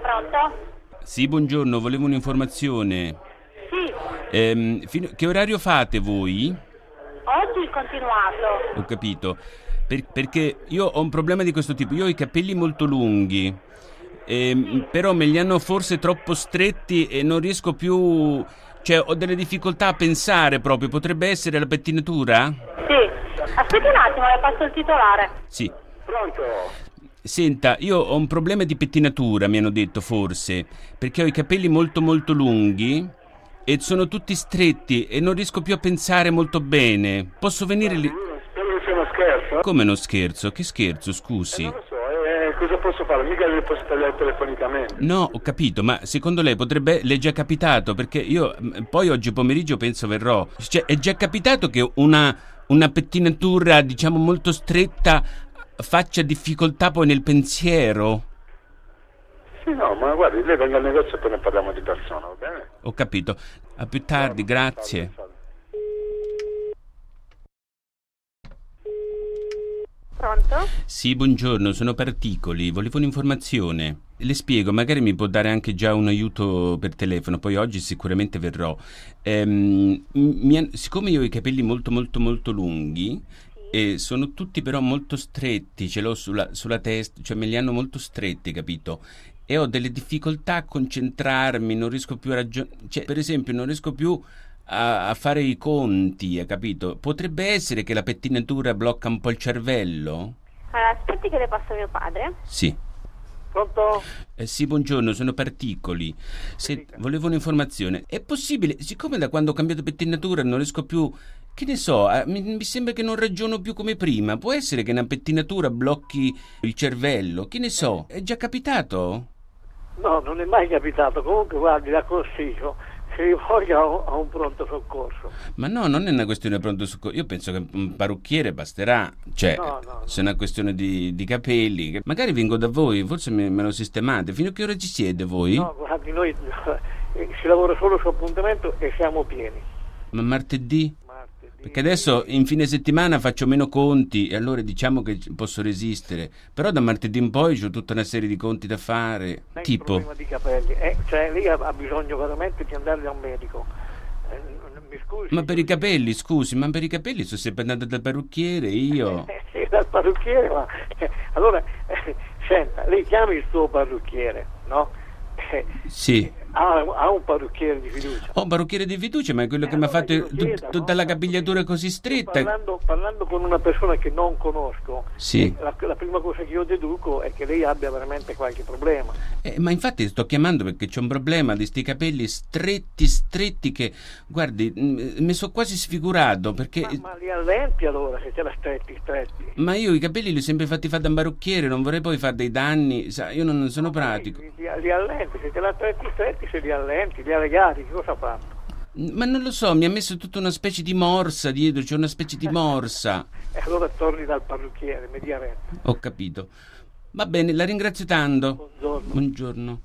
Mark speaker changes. Speaker 1: Pronto?
Speaker 2: Sì, buongiorno, volevo un'informazione.
Speaker 1: Sì,
Speaker 2: Ehm, fino- che orario fate voi?
Speaker 1: oggi continuato.
Speaker 2: Ho capito. Per- perché io ho un problema di questo tipo. Io ho i capelli molto lunghi, ehm, però me li hanno forse troppo stretti e non riesco più... Cioè, ho delle difficoltà a pensare proprio. Potrebbe essere la pettinatura?
Speaker 1: Sì. Aspetti un attimo, le passo il titolare.
Speaker 2: Sì.
Speaker 3: Pronto?
Speaker 2: Senta, io ho un problema di pettinatura, mi hanno detto forse, perché ho i capelli molto molto lunghi e sono tutti stretti e non riesco più a pensare molto bene. Posso venire lì?
Speaker 3: Spero che sia uno scherzo.
Speaker 2: Come uno scherzo? Che scherzo, scusi.
Speaker 3: Non lo so, eh, cosa posso fare? Mica le posso tagliare telefonicamente.
Speaker 2: No, ho capito, ma secondo lei potrebbe, le è già capitato? Perché io mh, poi oggi pomeriggio penso verrò. Cioè, è già capitato che una, una pettinatura, diciamo, molto stretta faccia difficoltà poi nel pensiero?
Speaker 3: Sì, no, ma guardi, lei venga al negozio e poi ne parliamo di persona, va bene?
Speaker 2: Ho capito. A più tardi, grazie.
Speaker 3: Salve, salve.
Speaker 1: Pronto?
Speaker 2: Sì, buongiorno, sono Particoli, volevo un'informazione. Le spiego, magari mi può dare anche già un aiuto per telefono, poi oggi sicuramente verrò. Ehm, mi han- siccome io ho i capelli molto molto molto lunghi e sono tutti però molto stretti, ce l'ho sulla, sulla testa, cioè me li hanno molto stretti, capito? E ho delle difficoltà a concentrarmi, non riesco più a ragionare, cioè per esempio non riesco più a, a fare i conti, hai capito? Potrebbe essere che la pettinatura blocca un po' il cervello?
Speaker 1: Allora, aspetti che le passo mio padre.
Speaker 2: Sì.
Speaker 3: Pronto?
Speaker 2: Eh, sì, buongiorno, sono Particoli. Se-
Speaker 3: Dica.
Speaker 2: volevo un'informazione. È possibile, siccome da quando ho cambiato pettinatura non riesco più, che ne so, eh, mi, mi sembra che non ragiono più come prima. Può essere che una pettinatura blocchi il cervello, che ne so,
Speaker 4: Eh.
Speaker 2: è già capitato?
Speaker 4: No, non è mai capitato. Comunque, guardi, la consiglio, si rivolga a un- a un pronto soccorso.
Speaker 2: Ma no, non è una questione di pronto soccorso. Io penso che un parrucchiere basterà. Cioè,
Speaker 4: No, no, no.
Speaker 2: se è una questione di, di capelli. che- Magari vengo da voi, forse me, me lo sistemate. Fino a che ora ci siete voi?
Speaker 4: No, guardi, noi eh, si lavora solo su appuntamento e siamo pieni.
Speaker 2: Ma martedì?
Speaker 4: Martedì.
Speaker 2: Perché adesso in fine settimana faccio meno conti e allora diciamo che ci- posso resistere. Però da martedì in poi ho tutta una serie di conti da fare.
Speaker 4: Non è un
Speaker 2: Tipo,
Speaker 4: problema di capelli, eh, cioè lei ha, ha bisogno veramente di andare da un medico. Eh, n- n- mi scusi.
Speaker 2: ma per i capelli, scusi, ma per i capelli sono sempre andato dal parrucchiere io.
Speaker 4: Eh, sì, dal parrucchiere, ma eh, allora eh, senta, lei chiami il suo parrucchiere, no? Eh,
Speaker 2: Sì.
Speaker 4: ha, ha un parrucchiere di fiducia.
Speaker 2: Ho un parrucchiere di fiducia, ma è quello che mi ha
Speaker 4: Eh, Allora
Speaker 2: fatto
Speaker 4: glielo
Speaker 2: tut-
Speaker 4: chieda,
Speaker 2: tutta
Speaker 4: no?
Speaker 2: la capigliatura così stretta.
Speaker 4: Parlando, parlando con una persona che non conosco, eh,
Speaker 2: Sì.
Speaker 4: la, la prima cosa che io deduco è che lei abbia veramente qualche problema.
Speaker 2: Eh, ma infatti sto chiamando perché c'è un problema di sti capelli stretti, stretti che, guardi, mh, mi sono quasi sfigurato perché...
Speaker 4: Ma, ma li allenti allora se ce la stretti, stretti.
Speaker 2: Ma io i capelli li ho sempre fatti fare da un parrucchiere, non vorrei poi fare dei danni, sa, io non sono pratico.
Speaker 4: Li, li- li allenti, se ce la stretti, stretti, se li allenti, li ha legati, che cosa ha fatto?
Speaker 2: Ma non lo so, mi ha messo tutta una specie di morsa dietro, c'è una specie di morsa.
Speaker 4: E allora torni dal parrucchiere, mi dia retta.
Speaker 2: Ho capito. Va bene, la ringrazio tanto.
Speaker 4: Buongiorno.
Speaker 2: Buongiorno.